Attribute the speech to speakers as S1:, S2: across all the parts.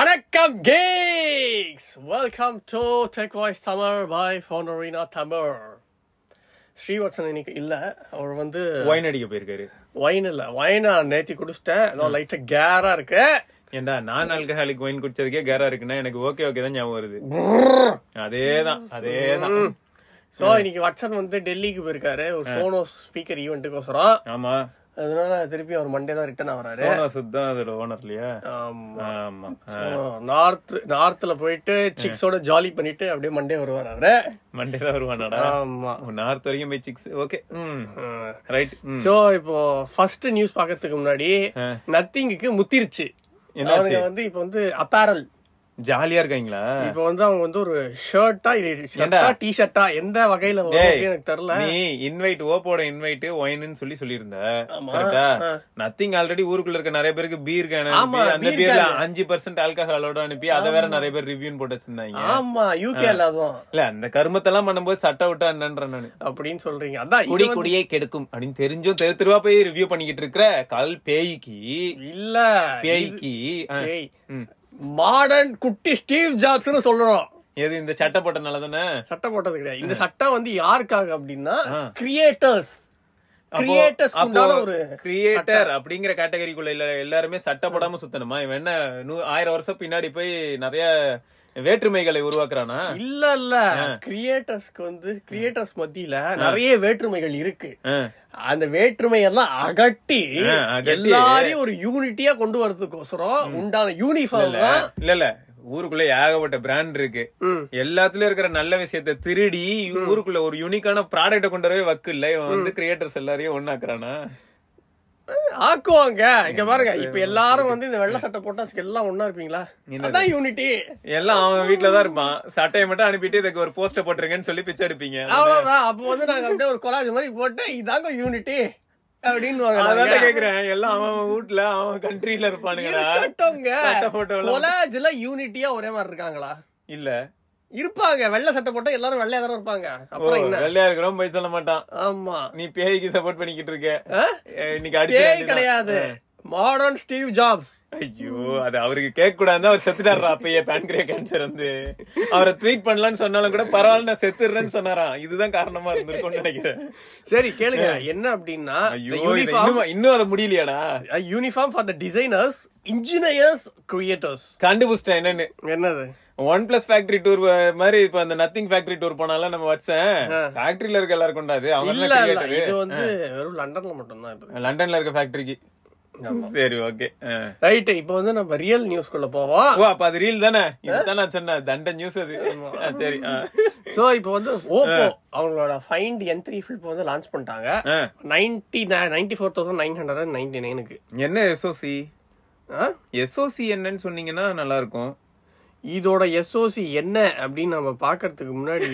S1: வணக்கம் geeks welcome to tech voice Tamil by ஃபோனோரினா தமிழ் ஸ்ரீவத்சன் இன்னைக்கு இல்லை அவர் வந்து
S2: ஒயின் அடிக்க போயிருக்காரு
S1: ஒயின் இல்லை ஒயினை நேத்தி குடிச்சிட்டேன் ஏதோ லைட்டாக கேரா இருக்கு
S2: ஏன்டா நான் ஆல்கஹாலிக் ஒயின் குடிச்சதுக்கே கேரா இருக்குன்னா எனக்கு ஓகே ஓகே தான் ஞாபகம் வருது அதேதான் அதேதான்
S1: ஸோ இன்னைக்கு வட்சன் வந்து டெல்லிக்கு போயிருக்காரு ஒரு சோனோ ஸ்பீக்கர் ஈவெண்ட்டுக்கோசரம்
S2: ஆமா
S1: அதனால திருப்பி அவர் மண்டே தான் ரிட்டர்ன் ஆகிறாரு
S2: சோனா சுத் தான் அதோட ஓனர் இல்லையா ஆமா
S1: நார்த் நார்த்தில் போயிட்டு சிக்ஸோட ஜாலி பண்ணிட்டு அப்படியே மண்டே வருவார் அவரு
S2: மண்டே தான் வருவானாடா
S1: ஆமா
S2: நார்த் வரைக்கும் போய் சிக்ஸ் ஓகே ம்
S1: ஆ.
S2: ரைட் ம்
S1: சோ இப்போ ஃபர்ஸ்ட் நியூஸ் பாக்கிறதுக்கு முன்னாடி
S2: ஆ.
S1: நத்திங்குக்கு முத்திருச்சு
S2: என்னாச்சு
S1: அவங்க வந்து இப்போ வந்து அப்பேரல்
S2: ஜாலியா இருக்காங்களா
S1: இப்போ வந்து அவங்க வந்து ஒரு ஷர்ட்டா இது
S2: ஏண்டா?
S1: ஷர்ட்டா டி ஷர்ட்டா எந்த வகையில வரும்
S2: டேய்,
S1: அப்படின்னு எனக்கு தெரியல
S2: நீ இன்வைட் ஓப்போட இன்வைட் ஒயின்னு சொல்லி சொல்லியிருந்த
S1: ஆமா.
S2: கரெக்டா
S1: ஆ.
S2: நத்திங் ஆல்ரெடி ஊருக்குள்ள இருக்க நிறைய பேருக்கு பீர் கேன
S1: ஆமா,
S2: அந்த
S1: beer
S2: பீர்ல அஞ்சு பர்சன்ட் ஆல்கஹாலோட அனுப்பி அதை வேற நிறைய பேர் ரிவ்யூன்னு போட்டு வச்சிருந்தாங்க
S1: ஆமா யூகேல அதுவும்
S2: இல்ல அந்த கருமத்தெல்லாம் பண்ணும்போது சட்டை விட்டா என்னன்றேன் நானு
S1: அப்படின்னு சொல்றீங்க அதான்
S2: குடி
S1: இது வந்து-
S2: குடியே கெடுக்கும் அப்படின்னு தெரிஞ்சும் தெரு தெருவா போய் ரிவ்யூ பண்ணிக்கிட்டு இருக்கிற கல் பேய்க்கு
S1: இல்ல
S2: பேய்க்கு ஆ, ம்.
S1: மாடர்ன் குட்டி ஸ்டீவ் ஜாப்ஸ்னு சொல்றோம்
S2: எது இந்த சட்டை போட்டனால தானே
S1: சட்டை போட்டது கிடையாது இந்த சட்டை வந்து யாருக்காக அப்படின்னா
S2: ஆ.
S1: கிரியேட்டர்ஸ் கிரியேட்டர்ஸ் உண்டான ஒரு
S2: கிரியேட்டர் அப்படிங்கிற கேட்டகரிக்குள்ள இல்ல எல்லாருமே சட்டை போடாம சுத்தணுமா இவன் என்ன நூ- ஆயிரம் வருஷம் பின்னாடி போய் நிறைய வேற்றுமைகளை உருவாக்குறானா
S1: இல்ல இல்ல கிரியேட்டர்ஸ்க்கு வந்து கிரியேட்டர்ஸ் மத்தியில நிறைய வேற்றுமைகள் இருக்கு
S2: ஆ,
S1: அந்த வேற்றுமை எல்லாம் அகட்டி
S2: ஆ, அகட்டி.
S1: எல்லாரையும் ஒரு யூனிட்டியா கொண்டு வர்றதுக்கோசரம் உண்டான யூனிஃபார்ம் தான்
S2: இல்ல இல்ல ஊருக்குள்ள ஏகப்பட்ட பிராண்ட் இருக்கு
S1: ம்.
S2: எல்லாத்துலயும் இருக்கிற நல்ல விஷயத்தை திருடி ஊருக்குள்ள ஒரு யூனிக்கான ப்ராடக்ட கொண்டு வரவே வக்கு இல்ல இவன் வந்து கிரியேட்டர்ஸ் எல்லாரையும் ஒண்ணாக்குறானா
S1: ஆக்குவாங்க இங்க பாருங்க இப்ப எல்லாரும் வந்து இந்த வெள்ளை சட்டை போட்டா எல்லாம் ஒண்ணா இருப்பீங்களா அதான் யூனிட்டி
S2: எல்லாம் அவன் வீட்டுல தான் இருப்பான் சட்டையை மட்டும் அனுப்பிட்டு இதுக்கு ஒரு போஸ்டர் போட்டுருங்கன்னு சொல்லி பிச்சை எடுப்பீங்க
S1: அவ்வளவுதான் அப்ப வந்து நாங்க அப்படியே ஒரு கொலாஜ் மாதிரி போட்டு இதாங்க யூனிட்டி அப்படின்னு
S2: அதான் கேக்குறேன் எல்லாம் அவன் அவன் வீட்டுல அவன் கண்ட்ரில இருப்பானுங்களா சட்டை போட்டு விளாட-
S1: கொலாஜ்ல யூனிட்டியா ஒரே மாதிரி இருக்காங்களா
S2: இல்ல
S1: இருப்பாங்க வெள்ளை சட்டை போட்டா எல்லாரும் வெள்ளையா தானே இருப்பாங்க
S2: ஓ,
S1: அப்புறம் என்ன
S2: வெள்ளையா இருக்கிறவன் போய் சொல்ல மாட்டான்
S1: ஆமா
S2: நீ பேய்க்கு சப்போர்ட் பண்ணிக்கிட்டு இருக்க
S1: ஆ?
S2: ஏ, இன்னைக்கு அடிச்சு
S1: பேய்
S2: அடிச்சுடா.
S1: கிடையாது மாடர்ன் ஸ்டீவ் ஜாப்ஸ்
S2: ஐயோ அது அவருக்கு கேட்க கூடாது அவர் செத்துட்டாரா அப்பயே பேன்கிரிய கேன்சர் வந்து அவரை ட்ரீட் பண்ணலாம்னு சொன்னாலும் கூட பரவாயில்ல நான் செத்துடுறேன்னு சொன்னாராம் இதுதான் காரணமா இருந்திருக்கும்னு நினைக்கிறேன்
S1: சரி கேளுங்க என்ன அப்படின்னா
S2: ஐயோ இது இன்னும் இன்னும் அதை முடியலையாடா
S1: uniform for the designers engineers creators
S2: கண்டுபிடிச்சிட்டேன் என்னன்னு
S1: என்னது
S2: ஒன் பிளஸ் ஃபேக்டரி டூர் மாதிரி இப்ப அந்த நத்திங் ஃபேக்டரி டூர் போனாலும் நம்ம வாட்ஸ்அப் ஃபேக்டரியில இருக்க எல்லாரும் கொண்டாது
S1: இல்ல
S2: அவங்க
S1: இல்ல இது வந்து வெறும் லண்டன்ல மட்டும்தான் இப்ப
S2: லண்டன்ல இருக்க ஃபேக்டரிக்கு சரி ஓகே
S1: ரைட் இப்போ வந்து நம்ம ரியல் நியூஸ்குள்ள போவோம்
S2: ஓ அப்ப அது ரீல் தானே இதுதான் நான் சொன்னேன் தண்ட நியூஸ் அது ஆ, சரி ஆ.
S1: சோ இப்போ வந்து ஓப்போ அவங்களோட ஃபைண்ட் என் த்ரீ ஃபிலிப் வந்து லான்ச் பண்ணிட்டாங்க
S2: ஆ.
S1: Ninety ninety four thousand nine hundred and ninety நைனுக்கு
S2: என்ன எஸ்ஓசி எஸ்ஓசி என்னன்னு சொன்னீங்கன்னா நல்லா இருக்கும்
S1: இதோட எஸ்ஓசி என்ன அப்படின்னு நம்ம பாக்குறதுக்கு முன்னாடி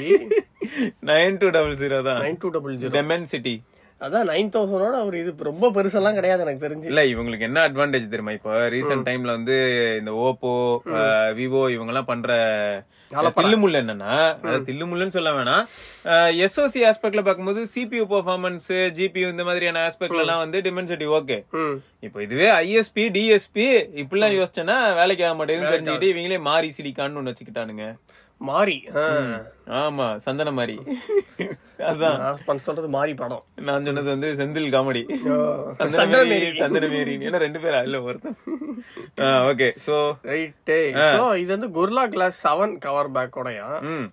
S2: நைன் டூ டபுள் ஜீரோ தான்
S1: nine two double zero
S2: Dimensity
S1: அதான் நைன் தௌசண்டோட அவர் இது ரொம்ப பெருசெல்லாம் கிடையாது எனக்கு தெரிஞ்சு
S2: இல்ல இவங்களுக்கு என்ன அட்வான்டேஜ் தெரியுமா இப்போ ரீசெண்ட் டைம்ல வந்து இந்த ஓப்போ விவோ இவங்க எல்லாம் பண்ற தில்லுமுள்ள என்னன்னா அது தில்லுமுள்ளுன்னு சொல்ல வேணாம் எஸ்ஓசி ஆஸ்பெக்ட்ல பார்க்கும்போது சிபியூ பெர்ஃபார்மன்ஸ் ஜிபியூ இந்த மாதிரியான ஆஸ்பெக்ட்ல எல்லாம் வந்து டிமென்சிட்டி ஓகே
S1: ம்
S2: இப்போ இதுவே ஐஎஸ்பி டிஎஸ்பி இப்படிலாம் யோசிச்சேன்னா வேலைக்கு ஆக மாட்டேங்குதுன்னு தெரிஞ்சுக்கிட்டு இவங்களே மாறி சிடிக்கான்னு ஒண்ணு வச்சுக்கிட்டானுங்க
S1: மாறி ஆ.
S2: ஆமா சந்தன மாறி அதான்
S1: நான் பண் சொல்றது மாறி படம்
S2: நான் சொன்னது வந்து செந்தில் காமெடி
S1: சந்திரமேரி.
S2: சந்தனமேரி சந்தனமேரி ஏன்னா ரெண்டு பேரா இல்ல ஒருத்தன் ஓகே சோ
S1: ரைட்டு ஸோ இது வந்து குர்லா கிளாஸ் செவன் கவர் பேக்கோடயா
S2: ம்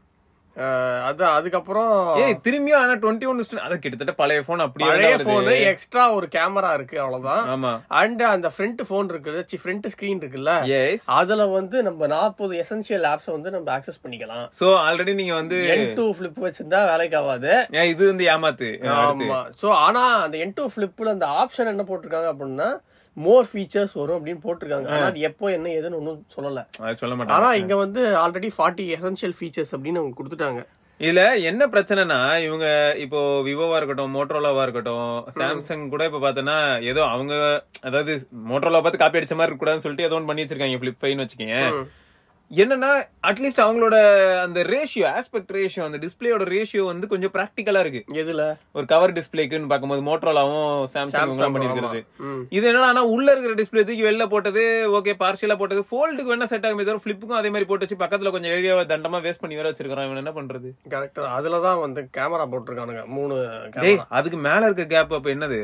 S1: அது அதுக்கப்புறம்
S2: ஏய் திரும்பியும் ஆனா டுவெண்ட்டி ஒன் அத கிட்டத்தட்ட பழைய போன் அப்படியே
S1: பழைய
S2: தான் வருது.
S1: ஃபோனு எக்ஸ்ட்ரா ஒரு கேமரா இருக்கு அவ்வளவுதான்
S2: ஆமா
S1: அண்ட் அந்த ஃப்ரண்ட் ஃபோன் இருக்குல்ல சி ஃப்ரண்ட் ஸ்க்ரீன் இருக்குல்ல
S2: எஸ்
S1: அதுல வந்து நம்ம நாற்பது எசென்ஷியல் ஆப்ஸ் வந்து நம்ம ஆக்சஸ் பண்ணிக்கலாம்
S2: சோ ஆல்ரெடி நீங்க வந்து
S1: என் டூ ஃபிளிப் வச்சிருந்தா வேலைக்கு ஆகாது
S2: ஏன் இது வந்து ஏமாத்து
S1: ஆமா சோ ஆனா அந்த என் டூ ஃபிளிப்ல அந்த ஆப்ஷன் என்ன போட்டிருக்காங்க அப்படின்னா மோர் ஃபீச்சர்ஸ் வரும் அப்படின்னு போட்டிருக்காங்க ஆனா அது எப்போ என்ன ஏதுன்னு ஒன்றும் சொல்லல
S2: அது சொல்ல மாட்டேன்
S1: ஆனா இங்க வந்து ஆல்ரெடி ஃபார்ட்டி எசென்ஷியல் ஃபீச்சர்ஸ் அப்படின்னு அவங்க கொடுத்துட்டாங்க
S2: இதுல என்ன பிரச்சனைனா இவங்க இப்போ விவோவா இருக்கட்டும் மோட்டோரோலாவா இருக்கட்டும் சாம்சங் கூட இப்ப பாத்தோம்னா ஏதோ அவங்க அதாவது மோட்டோரோலா பார்த்து காப்பி அடிச்ச மாதிரி இருக்க கூடாதுன்னு சொல்லிட்டு ஏதோ ஒன்று பண்ணி வச்சிருக்காங்க ஃபிளிப் ஃபைன்னு வச்சுக்கோங்க என்னன்னா அட்லீஸ்ட் அவங்களோட அந்த ரேஷியோ ஆஸ்பெக்ட் ரேஷியோ அந்த டிஸ்பிளேயோட ரேஷியோ வந்து கொஞ்சம் பிராக்டிக்கலா இருக்கு
S1: எதுல
S2: ஒரு கவர் டிஸ்பிளேக்குன்னு பார்க்கும்போது மோட்டரோலாவும் சாம்சங்
S1: Samsung,
S2: பண்ணிருக்கிறது
S1: ஆமா. ம்.
S2: இது என்னன்னா ஆனா உள்ள இருக்கிற டிஸ்பிளே தூக்கி வெளில போட்டது ஓகே பார்ஷியலா போட்டது ஃபோல்டுக்கு வேணா செட் ஆகுமே தவிர ஃபிளிப்புக்கும் அதே மாதிரி போட்டு வச்சு பக்கத்துல கொஞ்சம் ஏரியாவை தண்டமா வேஸ்ட் பண்ணி வேற வச்சிருக்கான் இவன் என்ன பண்றது
S1: கரெக்ட் அதுல தான் வந்து கேமரா போட்டிருக்கானுங்க மூணு
S2: டேய்
S1: கேமரா
S2: அதுக்கு மேல இருக்க கேப் அப்ப என்னது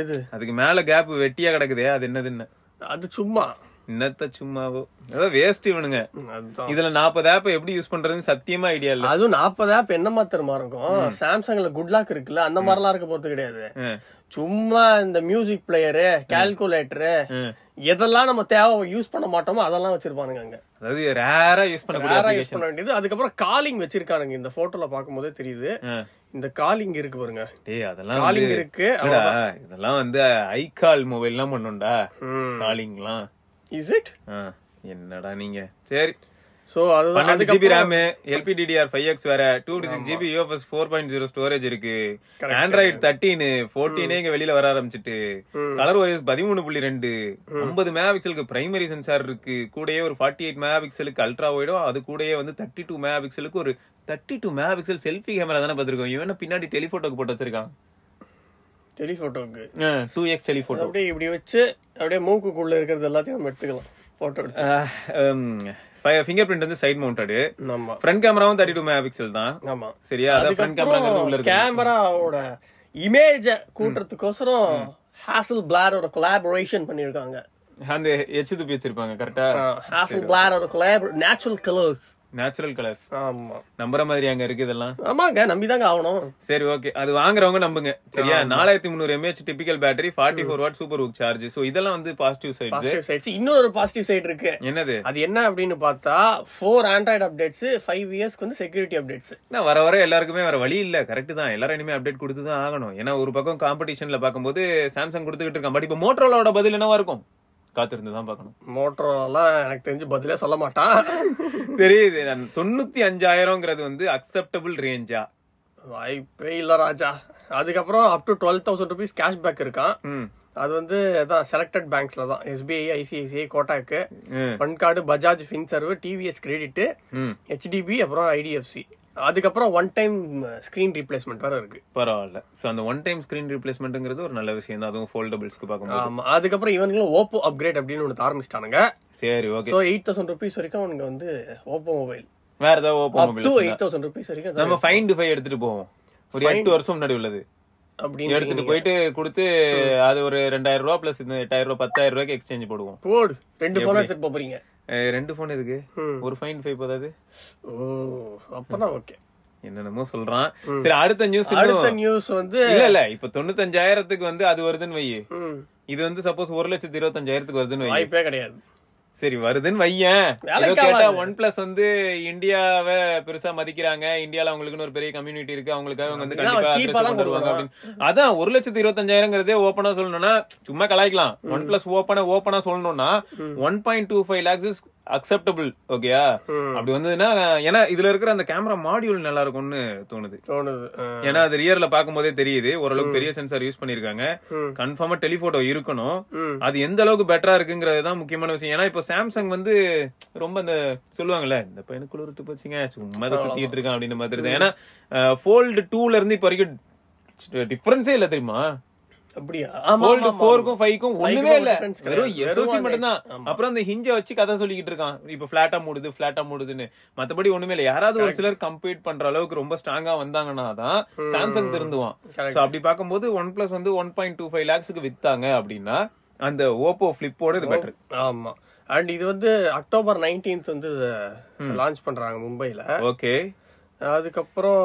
S1: எது
S2: அதுக்கு மேல கேப் வெட்டியா கிடக்குதே அது என்னது என்ன
S1: அது சும்மா
S2: என்னத்த சும்மாவோ ஏதோ வேஸ்ட் இவனுங்க
S1: ம், அதுதான்
S2: இதுல நாற்பது ஆப் எப்படி யூஸ் பண்றதுன்னு சத்தியமா ஐடியா இல்ல
S1: அதுவும் நாற்பது ஆப் என்ன மாத்திரமா இருக்கும் சாம்சங்ல குட் லாக் இருக்குல்ல அந்த மாதிரிலாம் இருக்க போறது கிடையாது
S2: ம்,
S1: சும்மா இந்த மியூசிக் பிளேயரு கால்குலேட்டரு
S2: ம்.
S1: எதெல்லாம் நம்ம தேவை யூஸ் பண்ண மாட்டோமோ அதெல்லாம் வச்சிருப்பானுங்க அங்க
S2: அதாவது ரேரா யூஸ் பண்ணக்கூடிய
S1: வேற யூஸ்
S2: application.
S1: பண்ண வேண்டியது அதுக்கப்புறம் காலிங் வச்சிருக்கானுங்க இந்த போட்டோல பாக்கும்போதே தெரியுது
S2: ஆ.
S1: இந்த காலிங் இருக்கு பாருங்க
S2: டேய் அதெல்லாம் வந்து-
S1: காலிங் இருக்கு
S2: இல்லடா, இதெல்லாம் வந்து ஐகால் மொபைல் எல்லாம் பண்ணுண்டா காலிங் எல்லாம்
S1: இஸ் இட்
S2: ஆ, என்னடா நீங்க சரி
S1: சோ அதுதான்
S2: பன்னெண்டு ஜிபி
S1: அதுக்கப்புறம்
S2: ரேம் எல்பிடிடிஆர் ஃபைவ் எக்ஸ் வேற two six GB UFS four point zero storage இருக்கு
S1: Correct.
S2: ஆண்ட்ராய்டு தேர்ட்டீன் ஃபோர்டீனே இங்க வெளியில வர ஆரம்பிச்சிட்டு
S1: ம்.
S2: கலர் ஒய்ஸ் பதிமூணு புள்ளி ரெண்டு ஐம்பது மெகாபிக்சலுக்கு பிரைமரி சென்சார் இருக்கு கூடயே ஒரு ஃபார்ட்டி எயிட் மெகாபிக்சலுக்கு அல்ட்ரா ஒய்டும் அது கூடயே வந்து தேர்ட்டி டூ மெகாபிக்சலுக்கு ஒரு thirty two megapixel selfie camera தானே பார்த்திருக்கோம் இவன் என்ன பின்னாடி டெலிஃபோட்டோக்கு போட்டு வச்சிருக்கான்
S1: டெலிபோட்டோக்கு
S2: டூ எக்ஸ் டெலிஃபோட்டோ
S1: அப்படியே இப்படி வச்சு அப்படியே மூக்குக்குள்ள இருக்கிறது எல்லாத்தையும் நம்ம எடுத்துக்கலாம் போட்டோ எடுத்து
S2: ஃபிங்கர் பிரிண்ட் வந்து சைட் மவுண்டடு
S1: ஆமா
S2: ஃப்ரண்ட் கேமராவும் தேர்ட்டி டூ மெகாபிக்சல் தான்
S1: ஆமா
S2: சரியா அதான் ஃப்ரண்ட் கேமராங்கிறது உள்ள
S1: அதுக்கப்புறம்
S2: இருக்கு
S1: கேமராவோட இமேஜ கூட்டுறதுக்கோசரம் ஹாசல் பிளாரோட கொலாபரேஷன் பண்ணிருக்காங்க
S2: அந்த எச்சுது வச்சிருப்பாங்க கரெக்டா
S1: ஹாசல் பிளாரோட கொலாபரே நேச்சுரல் கலர்ஸ்
S2: நேச்சுரல் கலர்ஸ்
S1: ஆமா
S2: நம்புற மாதிரி அங்க இருக்கு இதெல்லாம்
S1: ஆமாங்க நம்பிதாங்க ஆகணும்
S2: சரி ஓகே அது வாங்குறவங்க நம்புங்க சரியா நாலாயிரத்தி முந்நூறு mAh typical battery forty four watt super work charge so இதெல்லாம் வந்து பாசிட்டிவ் சைட்ஸ்
S1: பாசிட்டிவ் சைட்ஸ் இன்னொரு பாசிட்டிவ் சைடு இருக்கு
S2: என்னது
S1: அது என்ன அப்படின்னு பார்த்தா ஃபோர் ஆண்ட்ராய்டு அப்டேட்ஸ் ஃபைவ் இயர்ஸ்க்கு வந்து செக்யூரிட்டி அப்டேட்ஸ்
S2: என்ன வர வர எல்லாருக்குமே வேற வழி இல்ல கரெக்ட் தான் எல்லாரும் இனிமே அப்டேட் கொடுத்து தான் ஆகணும் ஏன்னா ஒரு பக்கம் காம்படிஷன்ல பார்க்கும்போது சாம்சங் கொடுத்துக்கிட்டு இருக்கான் பட் இப்போ மோட்டரோலோட பதில் என்னவா இருக்கும் காத்திருந்து தான் பார்க்கணும்
S1: மோட்டரோலாம் எனக்கு தெரிஞ்சு பதிலே சொல்ல மாட்டான்
S2: சரி இது நான் தொண்ணூத்தி அஞ்சாயிரம்ங்கிறது வந்து அக்செப்டபிள் ரேஞ்சா
S1: வாய்ப்பே இல்ல ராஜா அதுக்கப்புறம் up to twelve thousand rupees cashback இருக்கான்
S2: ம்
S1: அது வந்து அதான் செலக்டட் பேங்க்ஸ்ல தான் எஸ்பிஐ ஐசிஐசிஐ கோட்டாக்கு
S2: ம்
S1: பன் card Bajaj Finserv TVS credit
S2: ம்
S1: ஹெச்டிபி அப்புறம் ஐடிஎஃப்சி அதுக்கப்புறம் ஒன் டைம் ஸ்க்ரீன் ரீப்ளேஸ்மெண்ட் வேற இருக்கு
S2: பரவாயில்ல சோ அந்த ஒன் டைம் ஸ்கிரீன் ரீப்ளேஸ்மெண்ட்ங்கிறது ஒரு நல்ல விஷயம் தான் அதுவும் ஃபோல்டபிள்ஸ்க்கு பார்க்கும்போது
S1: ஆமா அதுக்கப்புறம் இவங்களும் ஓப்போ அப்கிரேட் அப்படின்னு ஒன்று ஆரம்பிச்சிட்டானுங்க
S2: சரி okay
S1: so eight thousand rupees வரைக்கும் அவனுக்கு வந்து ஓப்போ மொபைல்
S2: வேற ஏதாவது open
S1: up to
S2: mobile
S1: eight thousand rupees வரைக்கும்
S2: நம்ம ஃபைன் டு ஃபைவ் எடுத்துட்டு போவோம் ஒரு எட்டு வருஷம் முன்னாடி உள்ளது
S1: அப்படின்னு
S2: எடுத்துட்டு போயிட்டு கொடுத்து அது ஒரு ரெண்டாயிரம் ரூபா பிளஸ் இந்த எட்டாயிரம் ரூபா பத்தாயிரம் ரூபாய்க்கு எக்ஸ்சேஞ்ச் போடுவோம்
S1: போடு ரெண்டு போன எடுத்துட்டு போறீங்க
S2: அஹ் ரெண்டு போன் இருக்கு
S1: ம்.
S2: ஒரு ஃபைன் ஃபைவ் போதாது
S1: ஓ அப்பனா ஓகே
S2: என்னென்னமோ சொல்றான் சரி அடுத்த நியூஸ்
S1: அடுத்த நியூஸ் வந்து
S2: இல்ல இல்ல இப்ப தொண்ணூத்தஞ்சாயிரத்துக்கு வந்து அது வருதுன்னு வை
S1: ம்,
S2: இது வந்து சப்போஸ் ஒரு லட்சத்து இருபத்தஞ்சாயிரத்துக்கு வருதுன்னு வை
S1: வாய்ப்பே கிடையாது
S2: சரி வருதுன்னு வையேன்
S1: வேலைக்கு
S2: ஏதோ கேட்டா
S1: ஆகாது.
S2: ஒன் பிளஸ் வந்து இந்தியாவை பெருசா மதிக்கிறாங்க இந்தியால அவங்களுக்குன்னு ஒரு பெரிய கம்யூனிட்டி இருக்கு அவங்களுக்காக அவங்க வந்து
S1: இல்ல, அவன்
S2: கண்டிப்பா
S1: cheap ஆ
S2: address
S1: தான்
S2: கொண்டு வருவாங்க அப்படின்னு. அதான் ஒரு லட்சத்து இருபத்தஞ்சாயிரங்கிறதே ஓப்பனா சொல்லணும்னா சும்மா கலாய்க்கலாம் ஒன் பிளஸ் ஓப்பனா ஓப்பனா சொல்லணும்னா one point two five lakhs is acceptable ஓகேயா
S1: ம்.
S2: அப்படி வந்ததுன்னா ஏன்னா இதுல இருக்கிற அந்த கேமரா மாடியூல் நல்லா இருக்கும்னு தோணுது
S1: தோணுது ஆ.
S2: ஏன்னா அது ரியர்ல பாக்கும்போதே தெரியுது ஓரளவுக்கு பெரிய சென்சார் யூஸ் பண்ணிருக்காங்க
S1: ம்.
S2: கன்ஃபார்மா டெலிபோட்டோ இருக்கணும்
S1: ம்.
S2: அது எந்த அளவுக்கு பெட்டரா இருக்குங்கிறது தான் முக்கியமான விஷயம் ஏன்னா இப்ப சாம்சங் வந்து ரொம்ப இந்த சொல்லுவாங்கல்ல இந்த பையனுக்கு குளிர்ட்டு போச்சுங்க சும்மா இதை சுத்திட்டு இருக்கான் அப்படின்ற மாதிரி தான் ஏன்னா ஃபோல்டு டூல இருந்து இப்ப வரைக்கும் டிஃபரன்ஸே இல்ல தெரியுமா
S1: அப்படியா ஆமா
S2: ஃபோல்டு
S1: ஆமா, ஆமா.
S2: ஃபோருக்கும் ஃபைவ்க்கும் ஒண்ணுமே
S1: க்கும்
S2: இல்ல
S1: difference
S2: வெறும்
S1: கிடையாது.
S2: எஸ்ஓசி
S1: வெறும்
S2: மட்டும் தான்
S1: ஆமா.
S2: அப்புறம் அந்த ஹிஞ்ச வச்சு கதை சொல்லிக்கிட்டு இருக்கான் இப்ப பிளாட்டா மூடுது பிளாட்டா மூடுதுன்னு மத்தபடி ஒண்ணுமே இல்ல யாராவது ஒரு சிலர் கம்பீட் பண்ற அளவுக்கு ரொம்ப ஸ்ட்ராங்கா வந்தாங்கன்னா தான் சாம்சங் திருந்துவான்
S1: Correct.
S2: சோ அப்படி பார்க்கும்போது ஒன் பிளஸ் வந்து ஒன் பாயிண்ட் டூ ஃபைவ் லேக்ஸுக்கு வித்தாங்க அப்படின்னா அந்த ஓப்போ பிளிப்போட
S1: Oh,
S2: இது பெட்டர்
S1: ஆமா அண்ட் இது வந்து அக்டோபர் நைன்டீன்த் வந்து லான்ச் பண்றாங்க மும்பைல
S2: ஓகே
S1: அதுக்கப்புறம்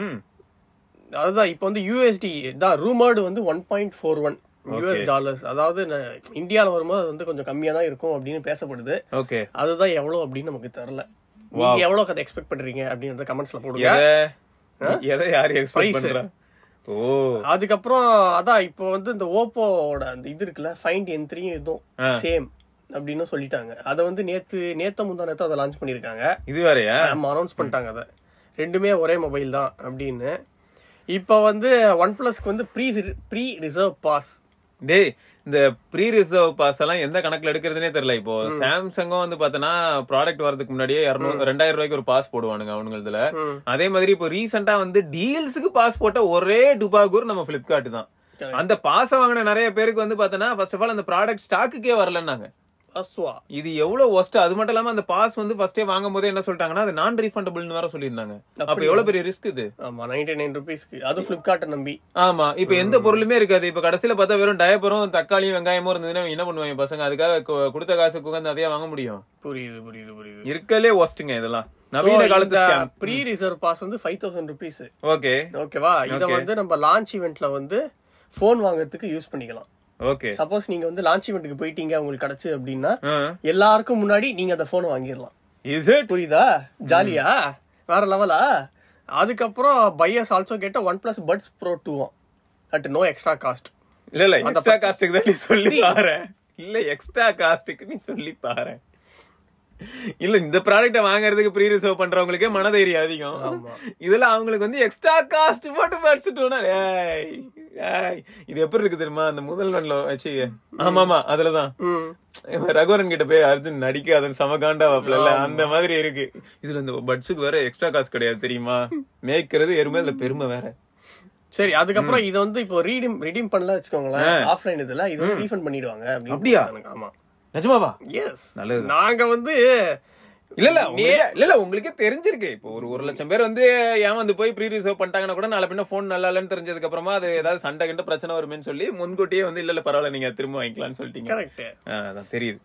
S2: ம்
S1: அதுதான் இப்போ வந்து யூஎஸ்டி தான் ரூமர்டு வந்து one point four one US dollars அதாவது ந- இந்தியால வரும்போது அது வந்து கொஞ்சம் கம்மியா தான் இருக்கும் அப்படின்னு பேசப்படுது
S2: ஓகே
S1: அதுதான் எவ்வளவு அப்படின்னு நமக்கு தெரியல நீங்க எவ்வளவு அதை எக்ஸ்பெக்ட் பண்றீங்க அப்படின்றத கமெண்ட்ஸ்ல போடுங்க
S2: எதை எதை யாரு எக்ஸ்பெக்ட்
S1: Price.
S2: பண்றா ஓ
S1: அதுக்கப்புறம் அதான் இப்போ வந்து இந்த ஓப்போவோட அந்த இது இருக்குல்ல ஃபைண்ட் என் த்ரீயும் இதுவும் சேம் அப்படின்னு சொல்லிட்டாங்க அதை வந்து நேத்து நேத்த முந்தா நேத்து அதை லான்ச் பண்ணிருக்காங்க
S2: இது வேறயா
S1: நம்ம அனௌன்ஸ் பண்ணிட்டாங்க அதை ரெண்டுமே ஒரே மொபைல் தான் அப்படின்னு இப்போ வந்து ஒன் பிளஸ்க்கு வந்து ப்ரீ ப்ரீ ரிசர்வ் பாஸ்
S2: டேய் இந்த ப்ரீ ரிசர்வ் பாஸ் எல்லாம் எந்த கணக்குல எடுக்கிறதுனே தெரியல இப்போ சாம்சங்கும் வந்து பாத்தீங்கன்னா ப்ராடக்ட் வரதுக்கு முன்னாடியே இருநூறு ரெண்டாயிரம் ரூபாய்க்கு ஒரு பாஸ் போடுவானுங்க அவனுங்களதுல
S1: ம்.
S2: அதே மாதிரி இப்போ ரீசெண்டா வந்து டீல்ஸுக்கு பாஸ் போட்ட ஒரே டுபாகூர் நம்ம பிளிப்கார்ட் தான்
S1: Correct.
S2: அந்த பாஸ் வாங்கின நிறைய பேருக்கு வந்து பாத்தீங்கன்னா ஃபர்ஸ்ட் ஆஃப் ஆல் அந்த ப்ராடக்ட் ஸ்டாக்குக்கே வரலன்னாங்க
S1: அஸ்வா
S2: இது எவ்வளவு ஒஸ்ட் அது மட்டும் இல்லாம அந்த பாஸ் வந்து ஃபர்ஸ்டே வாங்கும் போதே என்ன சொல்லிட்டாங்கன்னா அது நான் ரீஃபண்டபிள்னு வேற சொல்லியிருந்தாங்க அப்ப எவ்வளவு பெரிய ரிஸ்க் இது
S1: ஆமா நைன்டி நைன் ருபீஸ்க்கு அது பிளிப்கார்ட்டை நம்பி
S2: ஆமா இப்ப எந்த பொருளுமே இருக்காது இப்ப கடைசியில பார்த்தா வெறும் டயப்பரும் தக்காளியும் வெங்காயமும் இருந்ததுன்னா இவங்க என்ன பண்ணுவாங்க பசங்க அதுக்காக கு- கொடுத்த காசு குகந்து அதையா வாங்க முடியும்
S1: புரியுது புரியுது புரியுது
S2: இருக்கலே ஒஸ்ட்டுங்க இதெல்லாம் நவீன காலத்து ஸ்கேம்
S1: ப்ரீ ரிசர்வ் பாஸ் வந்து ஃபைவ் தௌசண்ட் ருபீஸ்
S2: ஓகே
S1: ஓகேவா இதை வந்து நம்ம லான்ச் ஈவெண்ட்ல வந்து ஃபோன் வாங்குறதுக்கு யூஸ் பண்ணிக்கலாம்
S2: ஓகே
S1: சப்போஸ் நீங்க வந்து லான்ச் ஈவெண்ட்டுக்கு போயிட்டீங்க உங்களுக்கு கிடைச்சு அப்படின்னா எல்லாருக்கும் முன்னாடி நீங்க அந்த போனை வாங்கிடலாம்
S2: இஸ் இட்
S1: புரியுதா ஜாலியா வேற லெவலா அதுக்கப்புறம் பையர்ஸ் ஆல்சோ கேட்ட OnePlus buds pro two at no extra cost
S2: இல்ல இல்ல எக்ஸ்ட்ரா காஸ்ட்டுக்கு தான் நீ சொல்லி பாரு இல்ல எக்ஸ்ட்ரா காஸ்ட்டுக்கு நீ சொல்லி பாரு இல்ல இந்த ப்ராடக்ட வாங்குறதுக்கு ப்ரீ ரிசர்வ் பண்றவங்களுக்கே மனதைரியம் அதிகம் இதுல அவங்களுக்கு வந்து எக்ஸ்ட்ரா காஸ்ட் மட்டும் படிச்சுட்டோம்னா ஏய் ஏய் இது எப்படி இருக்கு தெரியுமா அந்த முதல் நல்ல வச்சு ஆமா ஆமா அதுலதான் இவன் ரகுவரன் கிட்ட போய் அர்ஜுன் நடிக்காதன்னு சமகாண்டா வாப்பில அந்த மாதிரி இருக்கு இதுல இந்த பட்ஸுக்கு வேற எக்ஸ்ட்ரா காசு கிடையாது தெரியுமா மேய்க்கிறது எருமை இதுல பெருமை வேற
S1: சரி அதுக்கப்புறம் இது வந்து இப்போ ரீடிம் ரிடீம் பண்ணல வச்சுக்கோங்களேன் ஆஃப்லைன் இதுல இது வந்து ரீஃபண்ட் பண்ணிடுவாங்க அப்படின்னு
S2: அப்படியா?
S1: சொன்னாங்க. ஆமா
S2: நிஜமாவா
S1: எஸ்
S2: நல்லது.
S1: நாங்க வந்து
S2: இல்ல இல்ல உங்களுக்கே- இல்ல இல்ல உங்களுக்கே தெரிஞ்சிருக்கு இப்போ ஒரு ஒரு லட்சம் பேர் வந்து ஏமாந்து போய் ப்ரீ ரிசர்வ் பண்ணிட்டாங்கன்னா கூட நாளை பின்ன ஃபோன் நல்லா இல்லைன்னு தெரிஞ்சதுக்கு அப்புறமா அது ஏதாவது சண்டை கிண்ட பிரச்சனை வருமேன்னு சொல்லி முன்கூட்டியே வந்து இல்ல இல்ல பரவாயில்ல நீங்க திரும்ப வாங்கிக்கலாம்னு சொல்லிட்டீங்க
S1: கரெக்ட்
S2: ஆ, அதான் தெரியுது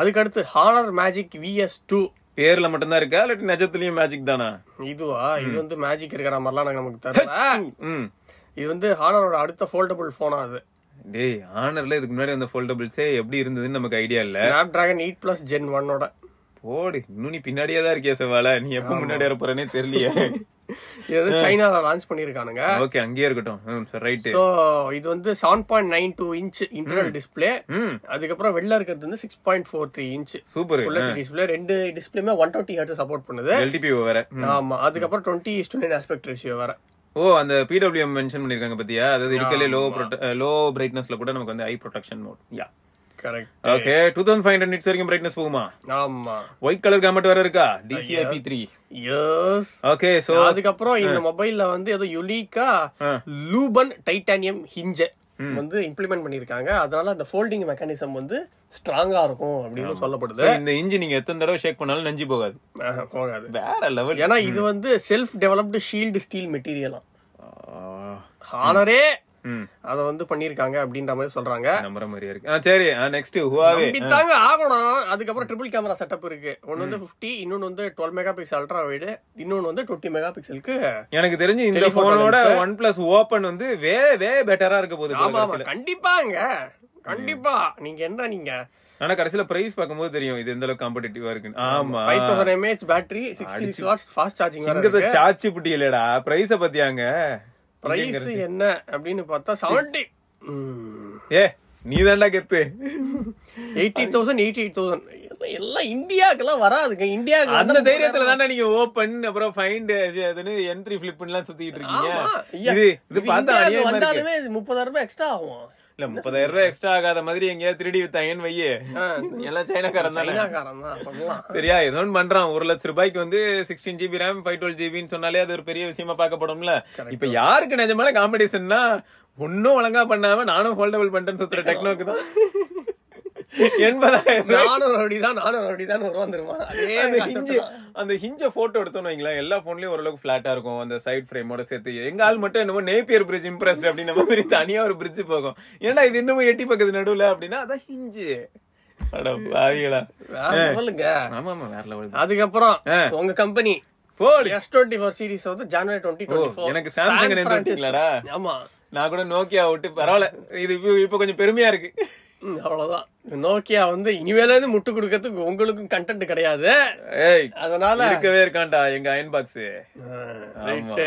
S1: அதுக்கு அடுத்து ஹானர் மேஜிக் விஎஸ் டூ
S2: பேர்ல மட்டும்தான் இருக்கா இல்லாட்டி நிஜத்துலயும் மேஜிக் தானா
S1: இதுவா இது வந்து மேஜிக் இருக்கிற மாதிரிலாம் நாங்க நமக்கு தரல
S2: ம்
S1: இது வந்து ஹானரோட அடுத்த ஃபோல்டபுள் போனா அது
S2: டேய் ஆனர்ல இதுக்கு முன்னாடி அந்த ஃபோல்டபிள்ஸே எப்படி இருந்ததுன்னு நமக்கு ஐடியா இல்ல
S1: Snapdragon eight plus gen ஒன்னோட
S2: போடு இன்னும் நீ பின்னாடியே தான் இருக்கியா செவ்வால நீ எப்ப முன்னாடி வரப்போறேனே தெரியலையே
S1: இது வந்து சைனால லான்ச் பண்ணிருக்கானுங்க
S2: ஓகே அங்கேயே இருக்கட்டும் ம் சரி ரைட்டு
S1: சோ இது வந்து seven point nine two inch internal display
S2: ம்
S1: அதுக்கப்புறம் வெளில இருக்கிறது வந்து six point four three inch
S2: super
S1: display ரெண்டு டிஸ்பிளேமே ஒன் டுவெண்ட்டி ஹெர்ட்ஸ் சப்போர்ட் பண்ணுது
S2: எல்டிபி வேற ம்.
S1: ஆமா அதுக்கப்புறம் twenty is to nine aspect ratio வேற
S2: ஓ அந்த பிடபிள்யூஎம் மென்ஷன் பண்ணிருக்காங்க பாத்தியா அதாவது இருக்கலே லோ லோ பிரைட்னஸ்ல கூட நமக்கு வந்து ஐ ப்ரொடெக்ஷன் மோட் யா
S1: correct
S2: okay two thousand five hundred nits வரைக்கும் பிரைட்னஸ் போகுமா
S1: ஆமா
S2: ஒயிட் கலர் கேமெட் வேற இருக்கா DCIP three
S1: S
S2: okay so
S1: அதுக்கப்புறம் இந்த மொபைல்ல வந்து ஏதோ யுலீக்கா
S2: ஆ.
S1: லூபன் டைட்டானியம் ஹிஞ்ச வந்து இம்ப்ளிமெண்ட் பண்ணிருக்காங்க அதனால அந்த ஃபோல்டிங் மெக்கானிசம் வந்து ஸ்ட்ராங்கா இருக்கும் அப்படின்னு சொல்லப்படுது
S2: இந்த இன்ஜின் நீங்க எத்தனை தடவை ஷேக் பண்ணாலும் நஞ்சு போகாது
S1: ஆஹா, போகாது Hmm.
S2: வேற லெவல்
S1: ஏன்னா இது வந்து செல்ஃப் டெவலப்டு ஷீல்டு ஸ்டீல் மெட்டீரியலாம் ஹானரே
S2: ம்
S1: அத வந்து பண்ணிருக்காங்க அப்படின்ற மாதிரி சொல்றாங்க
S2: நம்புற மாதிரியா இருக்கு ஆ, சரி நெக்ஸ்ட் ஹுவாவே
S1: இப்படித்தாங்க ஆகணும் அதுக்கப்புறம் ட்ரிபிள் கேமரா செட்டப் இருக்கு ஒன்னு வந்து 50 இன்னொன்னு வந்து twelve mega pixel ultra wide இன்னொன்னு வந்து டுவெண்ட்டி மெகா பிக்சலுக்கு
S2: எனக்கு தெரிஞ்சு இந்த
S1: Telephoto
S2: போனோட ஒன் பிளஸ் ஓபன் வந்து வே வே பெட்டரா இருக்க போகுது போல
S1: ஆமா ஆமா
S2: கடைசில.
S1: கண்டிப்பாங்க Hmm. கண்டிப்பா நீங்க என்ன நீங்க
S2: ஆனா கடைசியில பிரைஸ் பார்க்கும்போது தெரியும் இது எந்த அளவுக்கு காம்படிட்டிவா இருக்குன்னு ஆமா
S1: five thousand mAh battery sixty watts fast charging வேற
S2: இங்க சாச்சி புட்டி இல்லடா பிரைஸ பத்தியாங்க
S1: பிரைஸ் என்ன அப்படின்னு பார்த்தா செவன்டி
S2: ஏ நீ தான்டா கெத்து
S1: eighty thousand eighty eight thousand எல்லாம் இந்தியாவுக்குலாம் வராதுங்க இந்தியாவுக்கு
S2: அந்த
S1: வந்தா
S2: தைரியத்துல தாண்டா நீங்க ஓபன் அப்புறம் ஃபைண்ட் அதுன்னு என்ட்ரி ஃபிளிப் பண்ணலாம் சுத்திட்டு இருக்கீங்க
S1: ஆமா.
S2: இது இது
S1: இது இந்தியாவுக்கு
S2: பார்த்தா அநியாயமா இருக்கு
S1: வந்தாலுமே இது முப்பதாயிரம் ரூபாய் எக்ஸ்ட்ரா ஆகும்
S2: இல்ல முப்பதாயிரம் ரூபாய் எக்ஸ்ட்ரா ஆகாத மாதிரி எங்கேயாவது திருடி வித்தாங்கன்னு வையே எல்லாம் சைனாக்காரன் தானே
S1: சைனாக்காரன் தான் பண்ணலாம்
S2: சரியா ஏதோ ஒண்ணு பண்றான் ஒரு லட்ச ரூபாய்க்கு வந்து sixteen GB RAM five twelve ஜிபின்னு சொன்னாலே அது ஒரு பெரிய விஷயமா பார்க்கப்படும்ல இப்ப யாருக்கு நிஜமான காம்படிஷன்னா ஒன்னும் ஒழுங்கா பண்ணாம நானும் ஃபோல்டபிள் பண்ணிட்டேன்னு சுத்துற டெக்னோக்கு தான் எண்பதாயிரம் ரூபாய்.
S1: நானும் அப்படிதான் நானும் அப்படிதான் உருவாந்துருவான் அதே
S2: அந்த
S1: concept
S2: ஹிஞ்சு
S1: தான்.
S2: அந்த ஹிஞ்ச போட்டோ எடுத்தோம்னு வைங்களேன் எல்லா போன்லயும் ஓரளவுக்கு ஃபிளாட்டா இருக்கும் அந்த சைட் ஃப்ரேமோட சேர்த்து எங்க ஆள் மட்டும் என்னமோ நேப்பியர் பிரிட்ஜ் இம்ப்ரெஸ்ட் அப்படின்ன மாதிரி தனியா ஒரு பிரிட்ஜ் போகும் ஏன்னா இது இன்னமும் எட்டி பக்கத்து நடுவுல அப்படின்னா அதான் ஹிஞ்சு அட பாவிகளா
S1: வேற levelங்க.
S2: ஆமா ஆமா வேற லெவல்
S1: அதுக்கப்புறம்
S2: ஆ.
S1: உங்க கம்பெனி
S2: போடு
S1: எஸ் டுவெண்ட்டி ஃபோர் சீரிஸ் வந்து ஜனவரி டுவெண்ட்டி டுவெண்ட்டி ஃபோர்
S2: எனக்கு சாம்சங் நினைச்சிட்டீங்களாடா
S1: ஆமா
S2: நான் கூட நோக்கியா விட்டு பரவாயில்ல இது இப்ப- இப்ப கொஞ்சம் பெருமையா இருக்கு
S1: ம், அவ்வளவுதான் நோக்கியா வந்து இனிமேல இருந்து முட்டு கொடுக்கறதுக்கு உங்களுக்கும் கண்டென்ட் கிடையாது
S2: ஏய்
S1: அதனால
S2: இருக்கவே இருக்கான்டா எங்க அயன் பாக்ஸ்
S1: ரைட்டு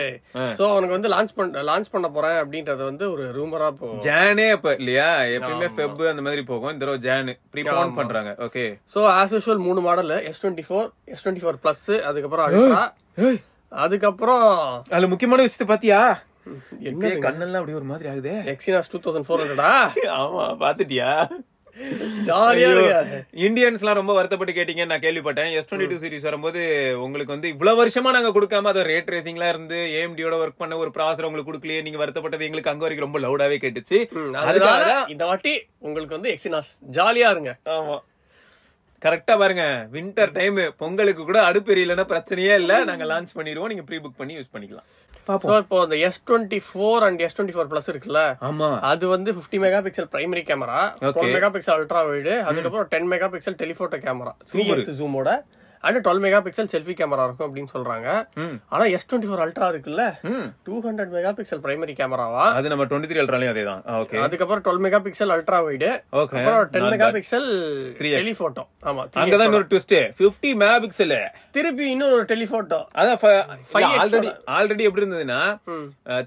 S1: சோ அவனுக்கு வந்து லான்ச் பண்ண லான்ச் பண்ண போறேன் அப்படின்றது வந்து ஒரு ரூமரா போகும்
S2: ஜானே அப்ப இல்லையா எப்பயுமே ஃபெப் அந்த மாதிரி போகும் இந்த தடவை ஜானு ப்ரீபோன் பண்றாங்க ஓகே
S1: சோ ஆஸ் யூஷுவல் மூணு model S twenty four S twenty four plus அதுக்கப்புறம் அல்ட்ரா அதுக்கப்புறம்
S2: அதுல முக்கியமான விஷயத்த பாத்தியா என்னே கண்ணெல்லாம் அப்படியே ஒரு மாதிரி ஆகுதே
S1: எக்ஸினாஸ் டூ தௌசண்ட் ஃபோர் ஹண்ட்ரடா
S2: ஆமா பாத்துட்டியா
S1: ஜாலியா இருக்கு
S2: இந்தியன்ஸ்லாம் ரொம்ப வருத்தப்பட்டு கேட்டீங்கன்னு நான் கேள்விப்பட்டேன் எஸ் டுவெண்ட்டி டூ சீரிஸ் வரும்போது உங்களுக்கு வந்து இவ்வளவு வருஷமா நாங்க கொடுக்காம அதை ரேட் ரேசிங்லாம் இருந்து ஏஎம்டியோட ஒர்க் பண்ண ஒரு ப்ராசர் உங்களுக்கு கொடுக்கலையே நீங்க வருத்தப்பட்டது எங்களுக்கு அங்க வரைக்கும் ரொம்ப லவுடாவே கேட்டுச்சு
S1: ம்,
S2: அதுக்காக
S1: அதனால இந்த வாட்டி உங்களுக்கு வந்து எக்ஸினாஸ் ஜாலியா இருங்க
S2: ஆமா கரெக்டா பாருங்க வின்டர் டைம் பொங்கலுக்கு கூட அடுப்பு எரியலைன்னா பிரச்சனையே இல்ல நாங்க லான்ச் பண்ணிடுவோம் நீங்க ப்ரீ புக் பண்ணி யூஸ் பண்ணிக்கலாம்
S1: சோ இப்போ அந்த S twenty four and S twenty four plus இருக்குல்ல
S2: ஆமா
S1: அது வந்து 50 mega pixel primary camera twelve mega pixel ultra wide அதுக்கப்புறம் ten mega pixel telephoto camera three X ஜூமோட and twelve mega pixel selfie camera இருக்கும் அப்படின்னு சொல்றாங்க
S2: ம்.
S1: ஆனா எஸ் டுவெண்ட்டி ஃபோர் அல்ட்ரா இருக்குல்ல
S2: ம்.
S1: Two hundred mega pixel primary கேமராவா
S2: அது நம்ம டுவெண்ட்டி த்ரீ அல்ட்ராலையும் அதே தான் ஓகே
S1: அதுக்கப்புறம் twelve mega pixel ultra wide
S2: okay
S1: அப்புறம் டென் மெகா பிக்சல் டெலிஃபோட்டோ ஆமா 3x.
S2: அங்கதான் இன்னொரு ட்விஸ்ட் பிப்டி மெகா பிக்சல்
S1: திருப்பி இன்னொரு டெலிஃபோட்டோ
S2: அதான் ஆல்ரெடி ஆல்ரெடி எப்படி இருந்ததுன்னா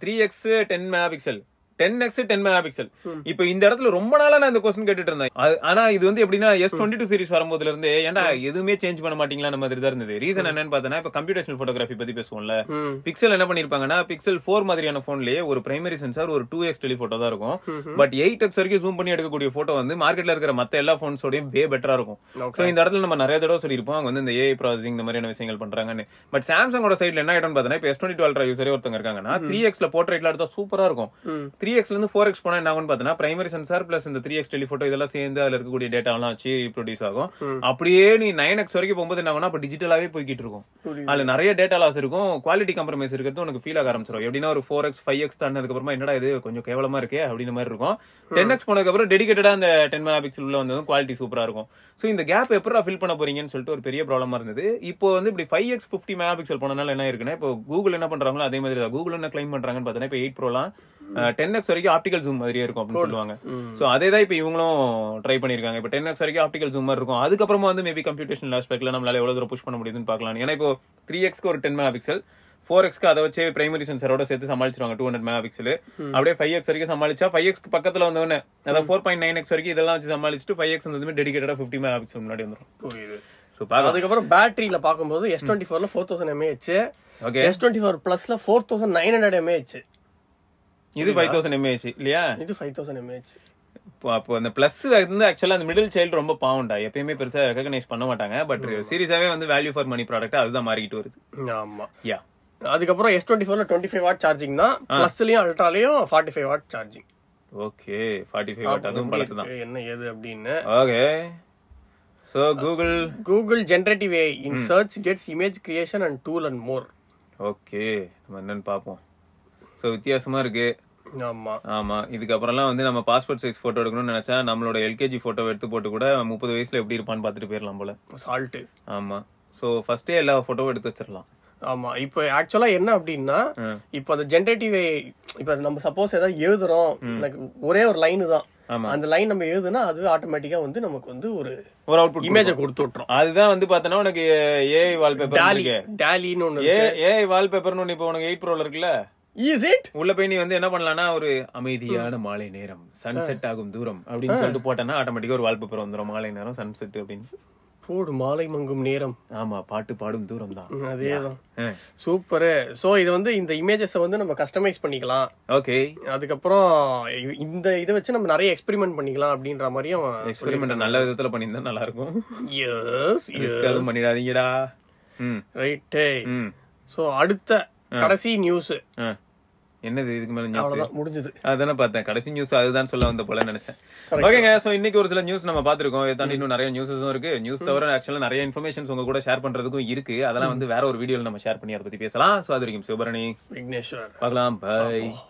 S2: three X ten mega pixel ten X ten mega pixel இப்போ இந்த இடத்துல ரொம்ப நாளா நான் இந்த கொஸ்டின் கேட்டுட்டு இருந்தேன் அது- ஆனா இது வந்து எப்படின்னா எஸ் டுவெண்ட்டி டூ சீரிஸ் வரும்போதுல இருந்து ஏன்டா எதுவுமே சேஞ்ச் பண்ண மாட்டீங்களா மாதிரி தான் இருந்தது ரீசன் என்னன்னு பார்த்தோன்னா இப்போ கம்ப்யூட்டேஷனல் போட்டோகிராஃபி பத்தி பேசுவோம்ல
S1: ம்
S2: பிக்சல் என்ன பண்ணிருப்பாங்கன்னா பிக்சல் ஃபோர் மாதிரியான போன்லயே ஒரு பிரைமரி சென்சார் ஒரு டூ எக்ஸ் டெலிஃபோட்டோ தான் இருக்கும் பட் எயிட் எக்ஸ் வரைக்கும் ஜூம் பண்ணி எடுக்கக்கூடிய போட்டோ வந்து மார்க்கெட்ல இருக்கிற மத்த எல்லா போன்ஸோடயும் வே பெட்டரா இருக்கும்
S1: Okay.
S2: சோ இந்த இடத்துல நம்ம நிறைய தடவை சொல்லியிருப்போம் அவங்க வந்து இந்த ஏஐ ப்ராசஸிங் இந்த மாதிரியான விஷயங்கள் பண்றாங்கன்னு பட் சாம்சங்கோட சைடுல என்ன ஆயிடும்னு பார்த்தோன்னா இப்போ எஸ் டுவெண்ட்டி டுவெல் யூசரே ஒருத்தங்க இருக்காங்கன்னா த்ரீ எக்ஸ்ல போர்ட்ரேட்ல எடுத்தா சூப்பரா இருக்கும்
S1: ம்.
S2: த்ரீ எக்ஸ்ல இருந்து ஃபோர் எக்ஸ் போனா என்ன ஆகும்னு பார்த்தோன்னா பிரைமரி சென்சார் பிளஸ் இந்த த்ரீ எக்ஸ் டெலிஃபோட்டோ இதெல்லாம் சேர்ந்து அதுல இருக்கக்கூடிய டேட்டாலாம் வச்சு ப்ரொடியூஸ் ஆகும் அப்படியே நீ நைன் எக்ஸ் வரைக்கும் போகும்போது என்ன ஆகும்னா அப்ப டிஜிட்டலாவே போய்கிட்டு இருக்கும்
S1: புரியுது.
S2: அதுல நிறைய டேட்டா லாஸ் இருக்கும் குவாலிட்டி காம்ப்ரமைஸ் இருக்கிறது உனக்கு ஃபீல் ஆக ஆரம்பிச்சிடும் எப்படின்னா ஒரு ஃபோர் எக்ஸ் ஃபைவ் எக்ஸ் தாண்டதுக்கு அப்புறமா என்னடா இது கொஞ்சம் கேவலமா இருக்கே அப்படின்ற மாதிரி இருக்கும் டென் எக்ஸ் போனதுக்கு அப்புறம் டெடிகேட்டடா அந்த டென் மெகா பிக்சல் உள்ள வந்ததும் குவாலிட்டி சூப்பரா இருக்கும் சோ இந்த கேப் எப்படா ஃபில் பண்ண போறீங்கன்னு சொல்லிட்டு ஒரு பெரிய ப்ராப்ளமா இருந்தது இப்போ வந்து இப்படி five X fifty megapixel போனனால என்ன இருக்குன்னா இப்போ கூகுள் என்ன பண்றாங்களோ அதே மாதிரி தான் கூகுள் என்ன கிளைம் பண்றாங்கன்னு பார்த்தோன்னா இப்போ எயிட் ப்ரோலாம் டென் எக்ஸ் வரைக்கும் ஆப்டிகல் ஜூம் மாதிரியே இருக்கும் அப்படின்னு சொல்லுவாங்க சோ அதே தான் இப்போ இவங்களும் ட்ரை பண்ணிருக்காங்க இப்போ டென் எக்ஸ் வரைக்கும் ஆப்டிகல் ஜூம் மாதிரி இருக்கும் அதுக்கப்புறமா வந்து மேபி கம்ப்யூட்டேஷன் ஆஸ்பெக்ட்ல நம்மளால எவ்வளவு தூரம் புஷ் பண்ண முடியுதுன்னு பார்க்கலாம் ஏன்னா இப்போ த்ரீ எக்ஸ்க்கு ஒரு டென் மெகா பிக்சல் ஃபோர் எக்ஸ்க்கு அதை வச்சு பிரைமரி சென்சரோட சேர்த்து சமாளிச்சிருவாங்க டூ ஹண்ட்ரட் மெகா பிக்சல் அப்படியே ஃபைவ் எக்ஸ் வரைக்கும் சமாளிச்சா ஃபைவ் எக்ஸ்க்கு பக்கத்துல வந்தவொடனே அதாவது ஃபோர் பாயிண்ட் நைன் எக்ஸ் வரைக்கும் இதெல்லாம் வச்சு சமாளிச்சுட்டு ஃபைவ் எக்ஸ் வந்து டெடிகேட்டடா ஃபிஃப்டி மெகா பிக்சல் முன்னாடி வந்துடும்
S1: புரியுது
S2: ஸோ பார்க்கலாம்
S1: அதுக்கப்புறம் பேட்டரியில பார்க்கும்போது எஸ் டுவெண்ட்டி ஃபோர்ல four thousand mAh
S2: okay
S1: S twenty four பிளஸ்ல four thousand nine hundred mAh
S2: இது ஃபைவ் தௌசண்ட் எம்ஏஹெச் இல்லையா
S1: இது ஃபைவ் தௌசண்ட் எம்ஏஹெச்
S2: இப்போ அப்போ அந்த பிளஸ் வந்து ஆக்சுவலா அந்த மிடில் சைல்டு ரொம்ப பாவம்டா எப்பயுமே பெருசா ரெகனைஸ் பண்ண மாட்டாங்க பட் சீரியஸாவே வந்து வேல்யூ ஃபார் மணி ப்ராடக்ட் அதுதான் மாறிக்கிட்டு வருது
S1: ஆமா
S2: யா
S1: அதுக்கப்புறம் எஸ் டுவெண்ட்டி ஃபோர்ல டுவெண்ட்டி ஃபைவ் வாட் சார்ஜிங் தான் பிளஸ்லயும் அல்ட்ராலையும் forty five watt charging
S2: okay forty five watt அதுவும் பழசு தான்
S1: என்ன ஏது அப்படின்னு
S2: okay so Google
S1: Google generative AI in search gets image creation and tool and more
S2: okay நம்ம என்னன்னு பார்ப்போம் ஸோ வித்தியாசமா இருக்கு
S1: ஆமா
S2: ஆமா இதுக்கப்புறம்லாம் வந்து நம்ம பாஸ்போர்ட் சைஸ் போட்டோ எடுக்கணும்னு நினைச்சா நம்மளோட எல்கேஜி போட்டோ எடுத்து போட்டு கூட முப்பது வயசுல எப்படி இருப்பான்னு பார்த்துட்டு போயிடலாம் போல
S1: சால்ட்
S2: ஆமா ஸோ ஃபர்ஸ்டே எல்லா போட்டோவும் எடுத்து வச்சிடலாம்
S1: ஆமா இப்போ ஆக்சுவலா என்ன அப்படின்னா
S2: ம்.
S1: இப்போ அந்த ஜென்ரேட்டிவ் இப்போ நம்ம சப்போஸ் ஏதாவது எழுதுறோம் like ஒரே ஒரு லைன் தான்
S2: ஆமா.
S1: அந்த லைன் நம்ம எழுதுனா அதுவே ஆட்டோமேட்டிக்கா வந்து நமக்கு வந்து ஒரு
S2: ஒரு அவுட்புட்
S1: இமேஜை கொடுத்து விட்டுரும்
S2: அதுதான் வந்து பார்த்தோன்னா உனக்கு ஏஐ வால்பேப்பர்
S1: டாலி டாலின்னு ஒண்ணு
S2: ஏ ஏஐ வால்பேப்பர்னு ஒன்று இப்போ உனக்கு எயிட் ப்ரோல இருக்குல்ல
S1: இஸ் இட்
S2: உள்ள போய் நீ வந்து என்ன பண்ணலாம்னா ஒரு அமைதியான மாலை நேரம் சன்செட் ஆகும் தூரம் அப்படின்னு சொல்லிட்டு போட்டேன்னா ஆட்டோமேட்டிக்கா ஒரு வால்பேப்பர் வந்துடும் மாலை நேரம் சன்செட் அப்படின்னு
S1: போடு மாலை மங்கும் நேரம்
S2: ஆமா பாட்டு பாடும் தூரம் தான்
S1: அதேதான் சூப்பரு சோ இது வந்து இந்த இமேஜஸை வந்து நம்ம கஸ்டமைஸ் பண்ணிக்கலாம்
S2: ஓகே
S1: அதுக்கப்புறம் இ- இந்த இதை வச்சு நம்ம நிறைய எக்ஸ்பெரிமெண்ட் பண்ணிக்கலாம் அப்படின்ற மாதிரியும்
S2: எக்ஸ்பெரிமெண்ட் நல்ல விதத்துல பண்ணியிருந்தா நல்லா இருக்கும்
S1: எஸ்
S2: Risk எதுவும் பண்ணிடாதீங்கடா ம்
S1: ரைட்டு
S2: ம்
S1: சோ அடுத்த கடைசி நியூஸ்
S2: ஆ. என்னது இதுக்கு மேல நியூஸ்
S1: அவ்வளவுதான் முடிஞ்சது
S2: அதானே பார்த்தேன் கடைசி நியூஸ் அதுதான் சொல்ல வந்த போல நினைச்சேன் ஓகேங்க சோ இன்னைக்கு ஒரு சில நியூஸ் நம்ம பாத்துருக்கோம் இதை தாண்டி இன்னும் நிறைய நியூஸஸும் இருக்கு நியூஸ் தவிர ஆக்சுவலா நிறைய இன்ஃபர்மேஷன்ஸ் உங்க கூட ஷேர் பண்றதுக்கும் இருக்கு அதெல்லாம் வந்து வேற ஒரு வீடியோல நம்ம ஷேர் பண்ணி அதை பத்தி பேசலாம் சோ அது வரைக்கும் சிவபரணி
S1: விக்னேஸ்வர்
S2: பார்க்கலாம் பை